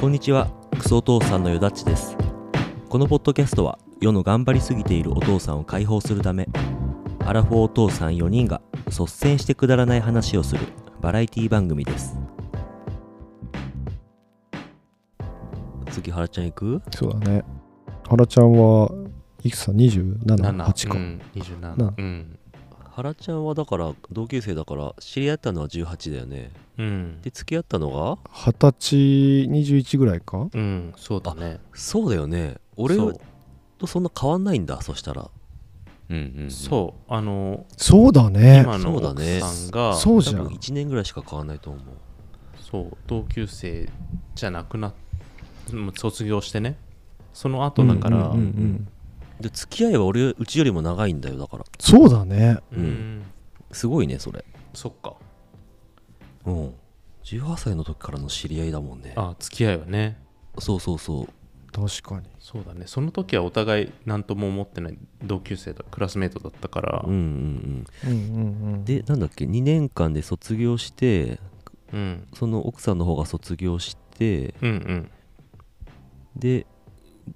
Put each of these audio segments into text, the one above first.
こんにちはクソお父さんのよだっちですこのポッドキャストは世の頑張りすぎているお父さんを解放するためアラフォーお父さん4人が率先してくだらない話をするバラエティ番組です次原ちゃん行くそうだね。原ちゃんはいくつだ ?27、8か。うん、27なうん、原ちゃんはだから同級生だから知り合ったのは18だよねうんで付き合ったのが二十歳、21ぐらいかうん、そうだねそうだよね俺そうとそんな変わんないんだそしたらうんうんうんそうあのそうだね。今のそうだ奥ねさんがそう,、そうじゃ多分ん。 1年ぐらいしか変わんないと思う同級生じゃなくなもう卒業してねその後だからうんうんうんで付き合いは俺うちよりも長いんだよだからそうだね。うんすごいねそれそっかうん18歳の時からの知り合いだもんねあ付き合いはねそうそうそう確かに。そうだねその時はお互い何とも思ってない同級生だクラスメートだったからうんうんうんうんうんうん。でなんだっけ2年間で卒業してうん、その奥さんの方が卒業してうんうんで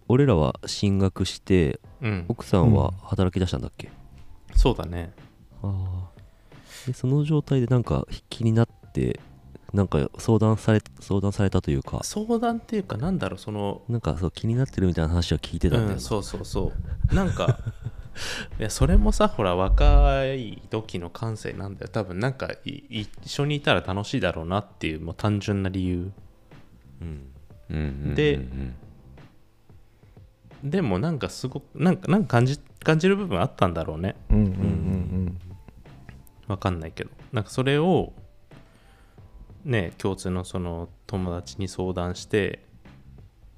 俺らは進学してうん奥さんは働き出したんだっけ、そうだねああでその状態でなんか気になってなんか相談され相談されたというか相談っていうかなんだろうそのなんかそう気になってるみたいな話は聞いてたんだような、ん、そうそうそうなんか いやそれもさほら若い時の感性なんだよ多分なんかい一緒にいたら楽しいだろうなっていうもう単純な理由うんうんうんうんでうんでもなんかすごくなんかなんか感じ感じる部分あったんだろうねうんうんうんわかんないけどなんかそれをね共通のその友達に相談して、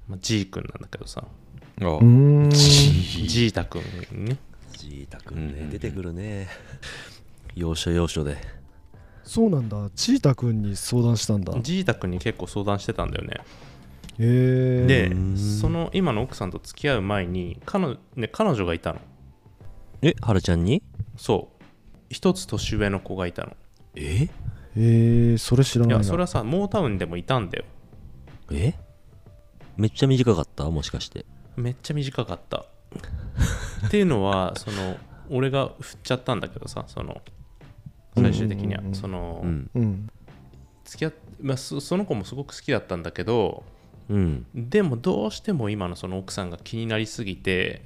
まあ、G 君なんだけどさあうん。うーん。 G 太君にねジータくんね、うんうんうん出てくるね 要所要所でそうなんだ。チータ君に相談したんだ。へ G 太君に結構相談してたんだよねえ。でうんその今の奥さんと付き合う前に彼女,、ね、彼女がいたのえはるちゃんにそう一つ年上の子がいたのえへえ、それ知らいないやな。それはさモータウンでもいたんだよえめっちゃ短かったもしかしてめっちゃ短かったっていうの はその俺が振っちゃったんだけどさその最終的にはうんうんうんうんその、うんうん。付き合っまあ、そその子もすごく好きだったんだけどうんでもどうしても今のその奥さんが気になりすぎて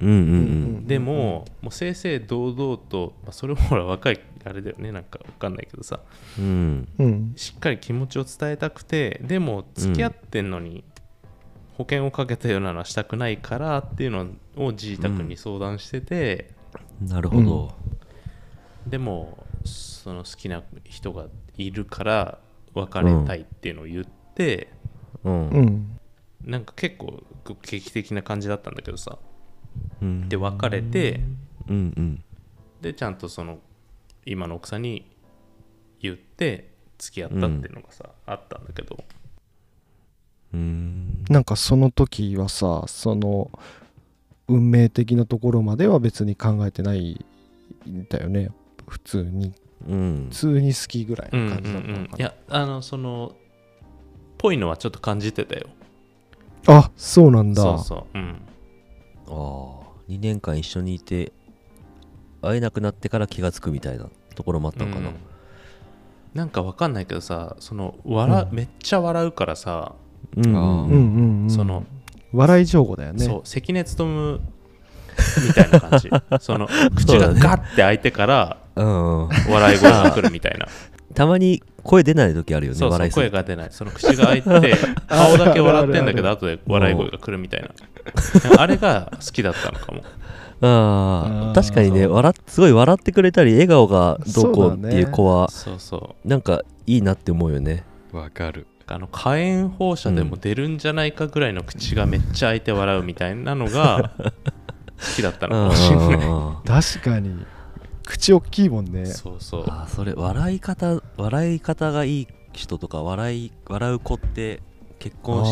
うんうんうん、うんでも、もう正々堂々と、まあ、それもほら若いあれだよねなんかわかんないけどさうんうん。しっかり気持ちを伝えたくてでも付き合ってんのに保険をかけたようなのはしたくないからっていうのをジータ君に相談してて、なるほど、でもその好きな人がいるから別れたいっていうのを言って、うんう、ん。なんか結構劇的な感じだったんだけどさうんで別れてうんうんでちゃんとその今の奥さんに言って付き合ったっていうのがさ、あったんだけどうんなんかその時はさその運命的なところまでは別に考えてないんだよね普通にうん普通に好きぐらいの感じだったのかな、いやあのそのぽいのはちょっと感じてたよあそうなんだそうそううんああ2年間一緒にいて会えなくなってから気がつくみたいなところもあったのかなうんなんかわかんないけどさその笑、うめっちゃ笑うからさ、うんあうんうん、うん、その、笑い情報だよねそう関根勤みたい な感じその口がガッて開いてからうんうん笑い声が来るみたいなたまに声出ない時あるよねそうそ笑ういす声ぎが出ないその口が開 いて顔だけ笑ってんだけどあ後で笑い声が来る みたいなあれが好きだったのかもあああー確かにねそう笑っすごい笑ってくれたり笑顔がどうこそううだっねていう子はそうそなんかいいなって思うよねわかるうあの火炎放射でも出るんじゃないかぐらいの口がめっちゃ開いて笑うみたいなのが好きだったのかもしれないあ確かに口大きいもんねそうそうあーそれ笑い方笑い方がいい人とか笑い笑う子って結婚し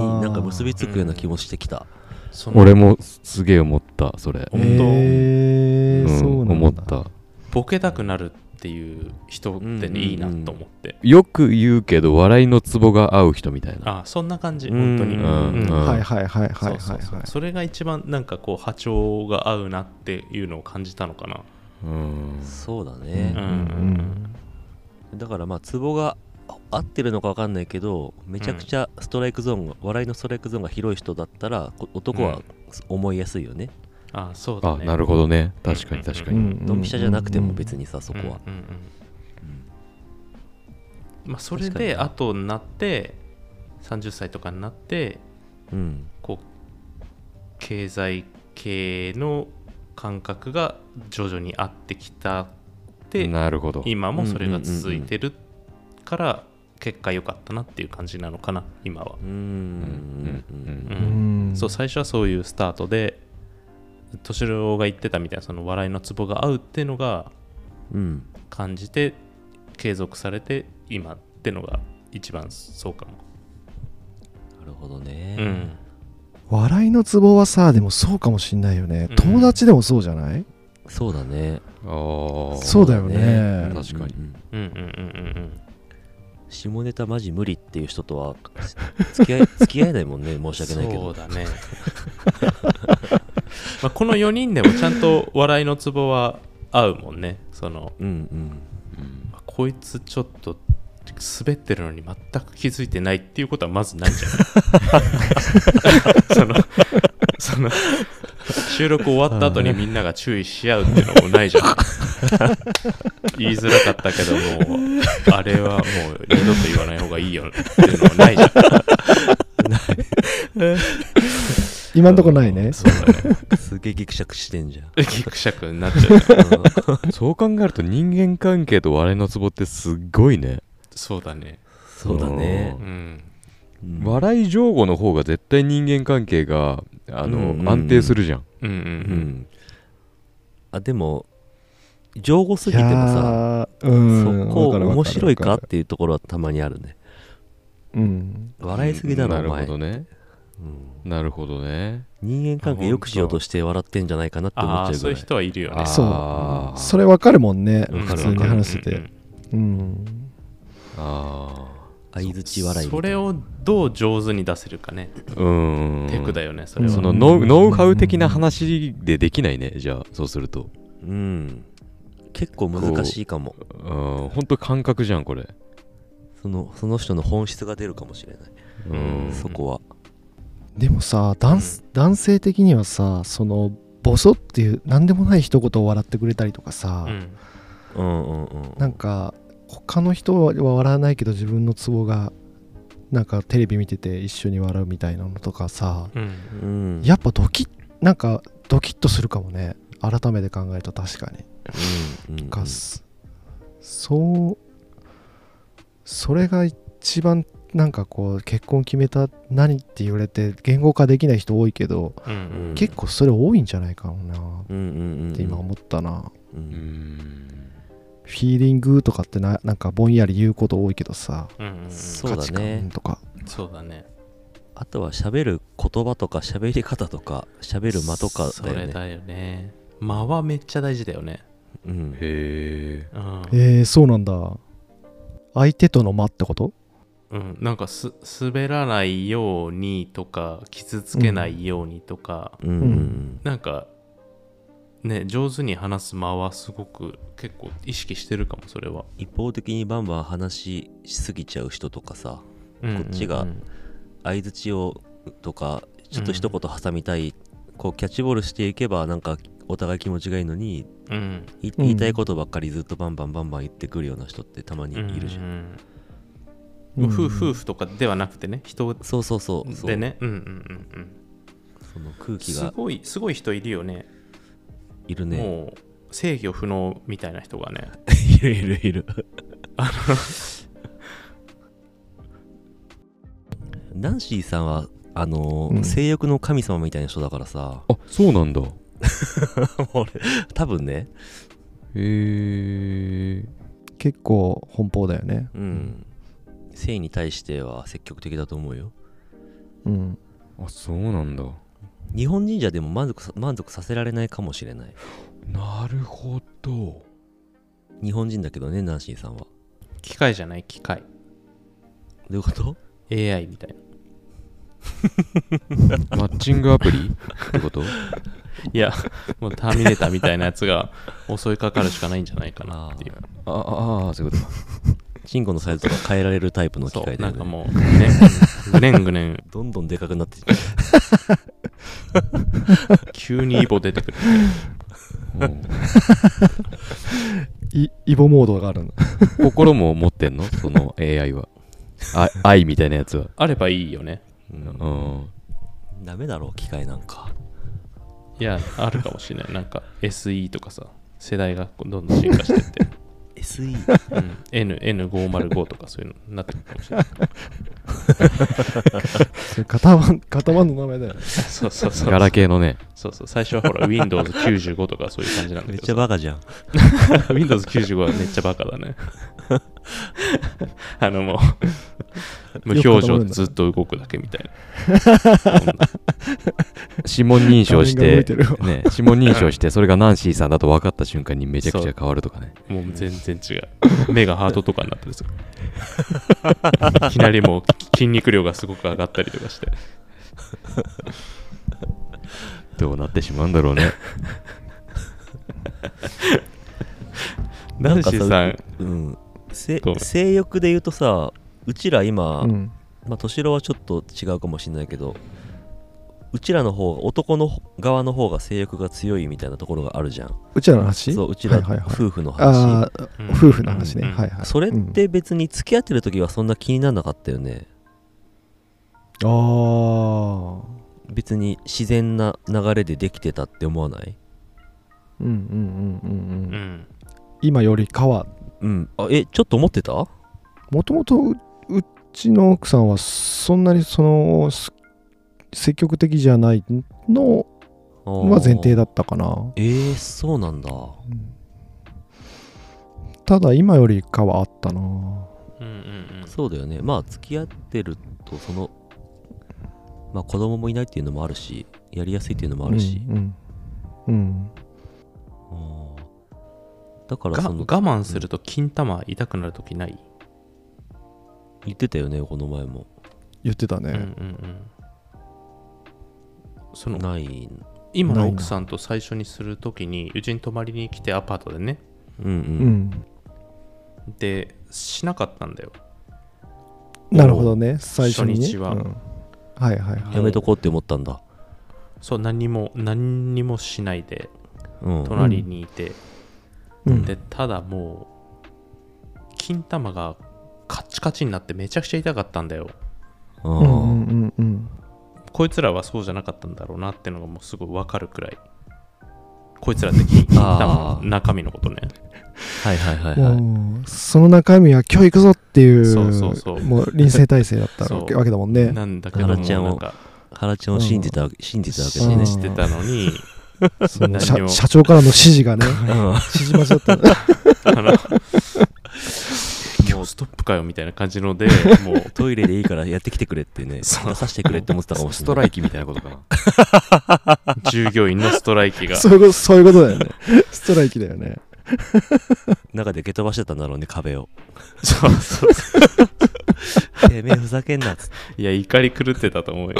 にになんか結びつくような気もしてきたその俺もすげえ思ったそれ本当えーうんそうなんだ思ったボケたくなるっていう人ってね、うんうんうんいいなと思ってよく言うけど笑いのツボが合う人みたいなあそんな感じ本当にうんうんうんはいはいはいはいはいそうそうそうはいそれが一番なんかこう波長が合うなっていうのを感じたのかなうんそうだうんね、んだからまあツボがあ合ってるのか分かんないけどめちゃくちゃストライクゾーンが、笑いのストライクゾーンが広い人だったらこ男は思いやすいよね、あそうだあねなるほどね確かに確かうにんドンピシャじゃなくてもに別にさそこは、うんうんうんまあ、それ確かにで後になって30歳とかになってうん、こう経済系の感覚が徐々に合ってきたってなるほど今もそれが続いてるから結果良かったなっていう感じなのかな今はう、んうんうんうんそう最初はそういうスタートで敏郎が言ってたみたいなその笑いのツボが合うっていうのがうんうん感じて継続されて今ってのが一番そうかも、なるほどうね、ん、笑いのツボはさでもそうかもしんないよねうん友達でもそうじゃないそうだねあーそうだよね確かにうんうんうんうん下ネタマジ無理っていう人とは付き合い付き合えないもんね申し訳ないけそどうだね まあこの4人でもちゃんと笑いのツボは合うもんねそのうんうんまあこいつちょっと滑ってるのに全く気づいてないっていうことはまずないん じゃないそのその収録終わった後にみんなが注意し合うっていうのもないじゃない言いづらかったけどもうあれはもう二度と言わない方がいいよっていうのもないじゃん今んとこないねそうだねうんすげえギクシャクしてんじゃんギクシャクになっちゃうねそう考えると人間関係と笑いのツボってすごいねそうだねそうだねう、うんん笑い上手の方が絶対人間関係があの、うんうん安定するじゃんうんうんううんんあでも情報すぎてもさいやーうんそこ面白いかわっるわるわるていうところはたまにあるねうん笑いすぎだろなおるほ前、どねうんなるほどね人間関係良くしようとして笑ってんじゃないかなって思あっちあゃうぐそらういうい人はいるよねあーそうそれわかるもんねうん普通に話してうんうてんうんあ相づち笑いみたそいなれをどう上手に出せるかね、あうんテクだよよねそれはそのノウノウハウ的な話でできないねじゃあそうするとうん結構難しいかもうんほんと感覚じゃんこれそのその人の本質が出るかもしれない、うんそこはでもさ男す男性的にはさそのボソっていう何でもない一言を笑ってくれたりとかさ、ううんんうんうんなんか他の人は笑わないけど自分のツボがなんかテレビ見てて一緒に笑うみたいなのとかさうんうんやっぱドキッなんかドキッとするかもね改めて考えたら確かに、うんうんかすそうそれが一番なんかこう結婚決めた何って言われて言語化できない人多いけどうんうん結構それ多いんじゃないかうなんうんうんって今思ったな、ううんんフィーリングとかってななんかぼんやり言うこと多いけどさうんうんうんそそだうね価値観とかうだねあとは喋る言葉とか喋り方とか喋る間とかそだよれねだよね間はめっちゃ大事だよねうん、へえうん、えー、そうなんだ相手との間ってことうん、なんかす滑らないようにとか傷つけないようにとか、うんうんなんかね上手に話す間はすごく結構意識してるかもそれは、一方的にバンバン話しすぎちゃう人とかさうんうんうんこっちが相づちをとかちょっと一言挟みたい、こうキャッチボールしていけばなんかお互い気持ちがいいのにうんいうん言いたいことばっかりずっとバンバンバンバン言ってくるような人ってたまにいるじゃん、うんうんうん夫夫婦とかではなくてね人そうそうそうそうでねうんうんうんうんその空気すがごいすごい人いるよねいるねもう制御不能みたいな人がねいるいるいるナンシーさんはあのーうん性欲の神様みたいな人だからさあそうなんだへ俺多分ねえ結構奔放だよねうん性に対しては積極的だと思うようんあそうなんだ日本神社でも満足さ満足させられないかもしれないなるほど日本人だけどねナンシーさんはど機械じゃない機械ういうこと AI みたいなマッチングアプリってこといや もうターミネーターみたいなやつが襲いかかるしかないんじゃないかなっていうあああ、そういうことか。チンコのサイズとか変えられるタイプの機そう械だよなんかねもうねぐねんぐねんどんどんでかくなって急にイボ出てくるうんいイボモードがあるの心も持ってんのその AI は。あ愛みたいなやつは。あればいいよねうん。ダメだろう機械なんかいやあるかもしれないなんか SE とかさ世代がどんどん進化してって SE うん NN505 とかそういうのになってくるかもしれないそれ 型番型番の名前だよねそうそうそうガラケーのね。そうそう最初はほら Windows95 とかそういう感じなんだめけっどちさゃバカじゃん Windows95 はめっちゃバカだね あのもう無表情でずっと動くだけみたいなそんな指紋認証し画面が動いててるよ、ね、指紋認証して、それがナンシーさんだと分かった瞬間にめちゃくちゃ変わるとかね。もう全然違う。目がハートとかになったりする。いきなりもう筋肉量がすごく上がったりとかして。どうなってしまうんだろうね。ナンシーさん、うんせごめん性欲で言うとさうちら今、うん、まあ敏郎はちょっと違うかもしれないけどうちらの方男の側の方が性欲が強いみたいなところがあるじゃんうちらの話そううちらはいはいはい夫婦の話、ああうん夫婦の話ね、うんはいはいそれって別に付き合ってる時はそんな気にならなかったよねああ別に自然な流れでできてたって思わないうんうんうんうんうん、うん。今よりかはうんあえちょっと思ってたもともとううちの奥さんはそんなにそのす積極的じゃないのは前提だだったかなえー、そうなんだただ今よりかはあったなうんうんうん。そうだよねまあ付き合ってるとそのまあ子供もいないっていうのもあるしやりやすいっていうのもあるし、うん、うんうんうんだからがそ我の慢すると金玉痛くなるときない、言ってたよねこの前も言ってたうん、うんね、うんそのない今の奥さんと最初にするときにうちに泊まりに来てアパートでねうんううんん、でしなかったんだよなるほどね最初に、ね、初日はうんはいはいはいやめとこうって思ったんだそう何にも何にもしないでうん隣にいて、うんでただもう金玉がカッチカチになってめちゃくちゃ痛かったんだよううんうんんうんうんこいつらはそうじゃなかったんだろうなってのがもうすぐ分かるくらいこいつらって金金玉あーの中身のことねはいはいはいはいもうその中身は今日行くぞっていうそうそうそうもう臨戦態勢だったわけそうわけだもんねなんだけども奈良ちゃんをなんか原ちゃんを信じたわけ、信じたわけだうねん信じてたのにその何社を社長からの指示 がねうん指示待ちだったあのもうストップかよみたいな感じのでもうトイレでいいからやってきてくれってね出そうさせてくれって思ってたかもしスれトなラいイキみたいなことか な。従業員のストライキがそういうことそういうことだよ ねストライキだよね中で蹴飛ばしてたんだろうね壁をそうそ うてめえふざけんなっつっていや怒り狂ってたと思うよ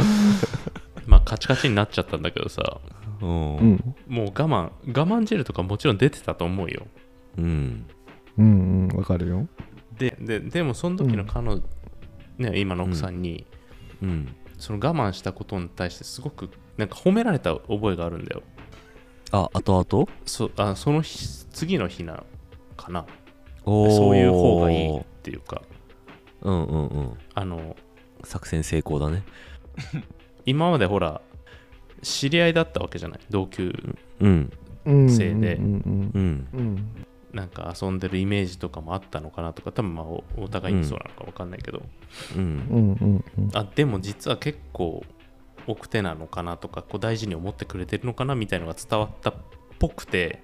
まあカチカチになっちゃったんだけどさうん、うんもう我慢我慢汁とかもちろん出てたと思うようんうんうんわかるよでででもその時の彼女、ね、今の奥さんに、うんその我慢したことに対してすごくなんか褒められた覚えがあるんだよあ後々そあその日次の日なかなおーそういう方がいいっていうかうんうんうんあの作戦成功だね今までほら知り合いだったわけじゃない同級うんうんせいでうんうんうんうんなんか遊んでるイメージとかもあったのかなとか多分まあおお互いにそうなのか分かんないけど、ううんんうんうんあでも実は結構奥手なのかなとかこう大事に思ってくれてるのかなみたいのが伝わったっぽくて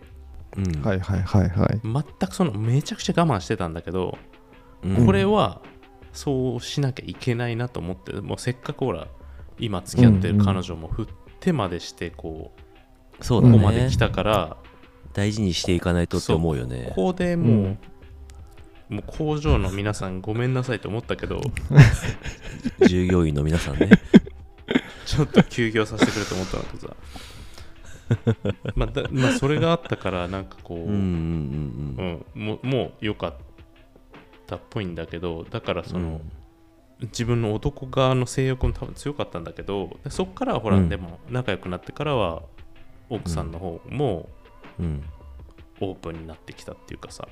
うんはいはいはいはい全くそのめちゃくちゃ我慢してたんだけど、うんこれはそうしなきゃいけないなと思ってもうせっかくほら今付き合ってる彼女も振ってまでしてこう、そうだねここまで来たから、大事にしていかないとって思うよねここでうもんう、もう工場の皆さんごめんなさいと思ったけど、 従業員の皆さんねちょっと休業させてくれと思ったのとさ。 まあだまあ、それがあったから、なんかこう、うんうんうんうんうん、もうもう良かったっぽいんだけどだからその、自分の男側の性欲も多分強かったんだけどでそっからはほら、うんでも仲良くなってからは奥さんの方もうんオープンになってきたっていうかさ、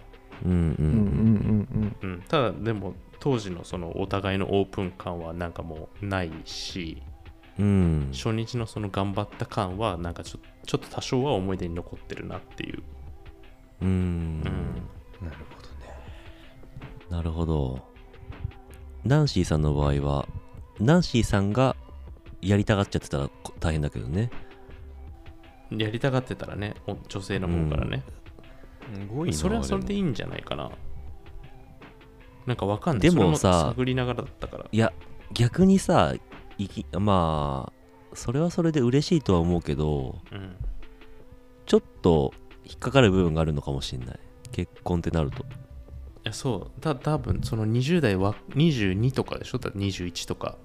うんうんううんうんんうんうん、ただでも当時のそのお互いのオープン感はなんかもうないしうん初日のその頑張った感はなんかちょちょっと多少は思い出に残ってるなっていう、うんうんうん、なるほどね。なるほどナンシーさんの場合はナンシーさんがやりたがっちゃってたらこ大変だけどねやりたがってたらねお女性の方からね、すごいな。それはそれでいいんじゃないかななんかわかんないでもさそれ探りながらだったからいや逆にさいきまあそれはそれで嬉しいとは思うけどうんちょっと引っかかる部分があるのかもしれない結婚ってなるといやそうた多分その20代は22とかでしょだ21とか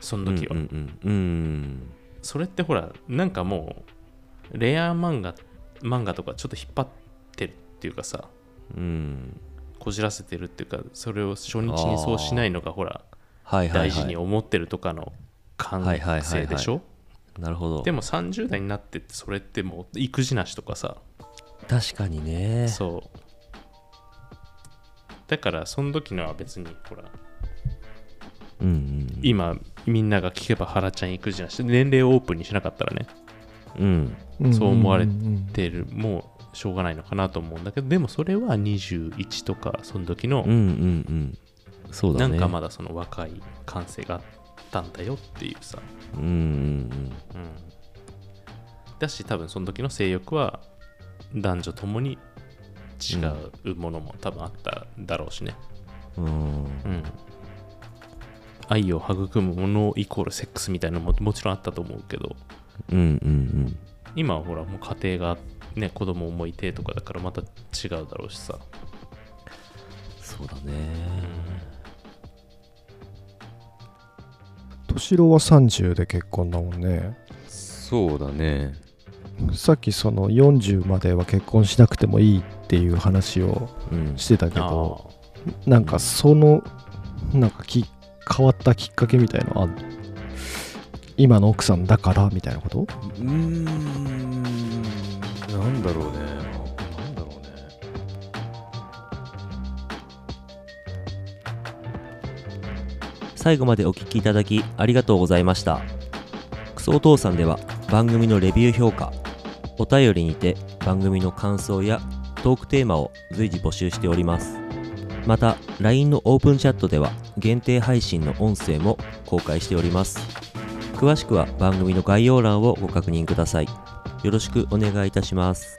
その時は、うんうんうんうんそれってほらなんかもうレア漫画漫画とかちょっと引っ張ってるっていうかさうんこじらせてるっていうかそれを初日にそうしないのがほらはいはい、はい、大事に思ってるとかの感はいはいはいは性いでしょなるほどでも30代になってってそれってもう育児なしとかさ確かにねそうだからその時のは別にほらうんうん今みんなが聞けば原ちゃん育児なし年齢をオープンにしなかったらねうんうんそう思われうん出るもうしょうがないのかなと思うんだけどでもそれは21とかその時うんうんうのんそうなだねんかまだその若い感性があったんだよっていうさ、うんうんうん、だし多分その時の性欲は男女ともに違うものも多分あっただろうしね、うんうんうん、愛を育むものイコールセックスみたいなのももちろんあったと思うけどうんうんうん今はほらもう家庭がね子供もいてとかだからまた違うだろうしさ、そうだうねん、敏郎は30で結婚だもんねそうだね。さっきその40までは結婚しなくてもいいっていう話をうんしてたけあどーなんかそのなんかき変わったきっかけみたいのあん今の奥さんだからみたいなことうーん。なんだろうね。なんだろうね。最後までお聞きいただきありがとうございましたクソお父さんでは番組のレビュー評価お便りにて番組の感想やトークテーマを随時募集しておりますまた LINE のオープンチャットでは限定配信の音声も公開しております詳しくは番組の概要欄をご確認くださいよろしくお願いいたします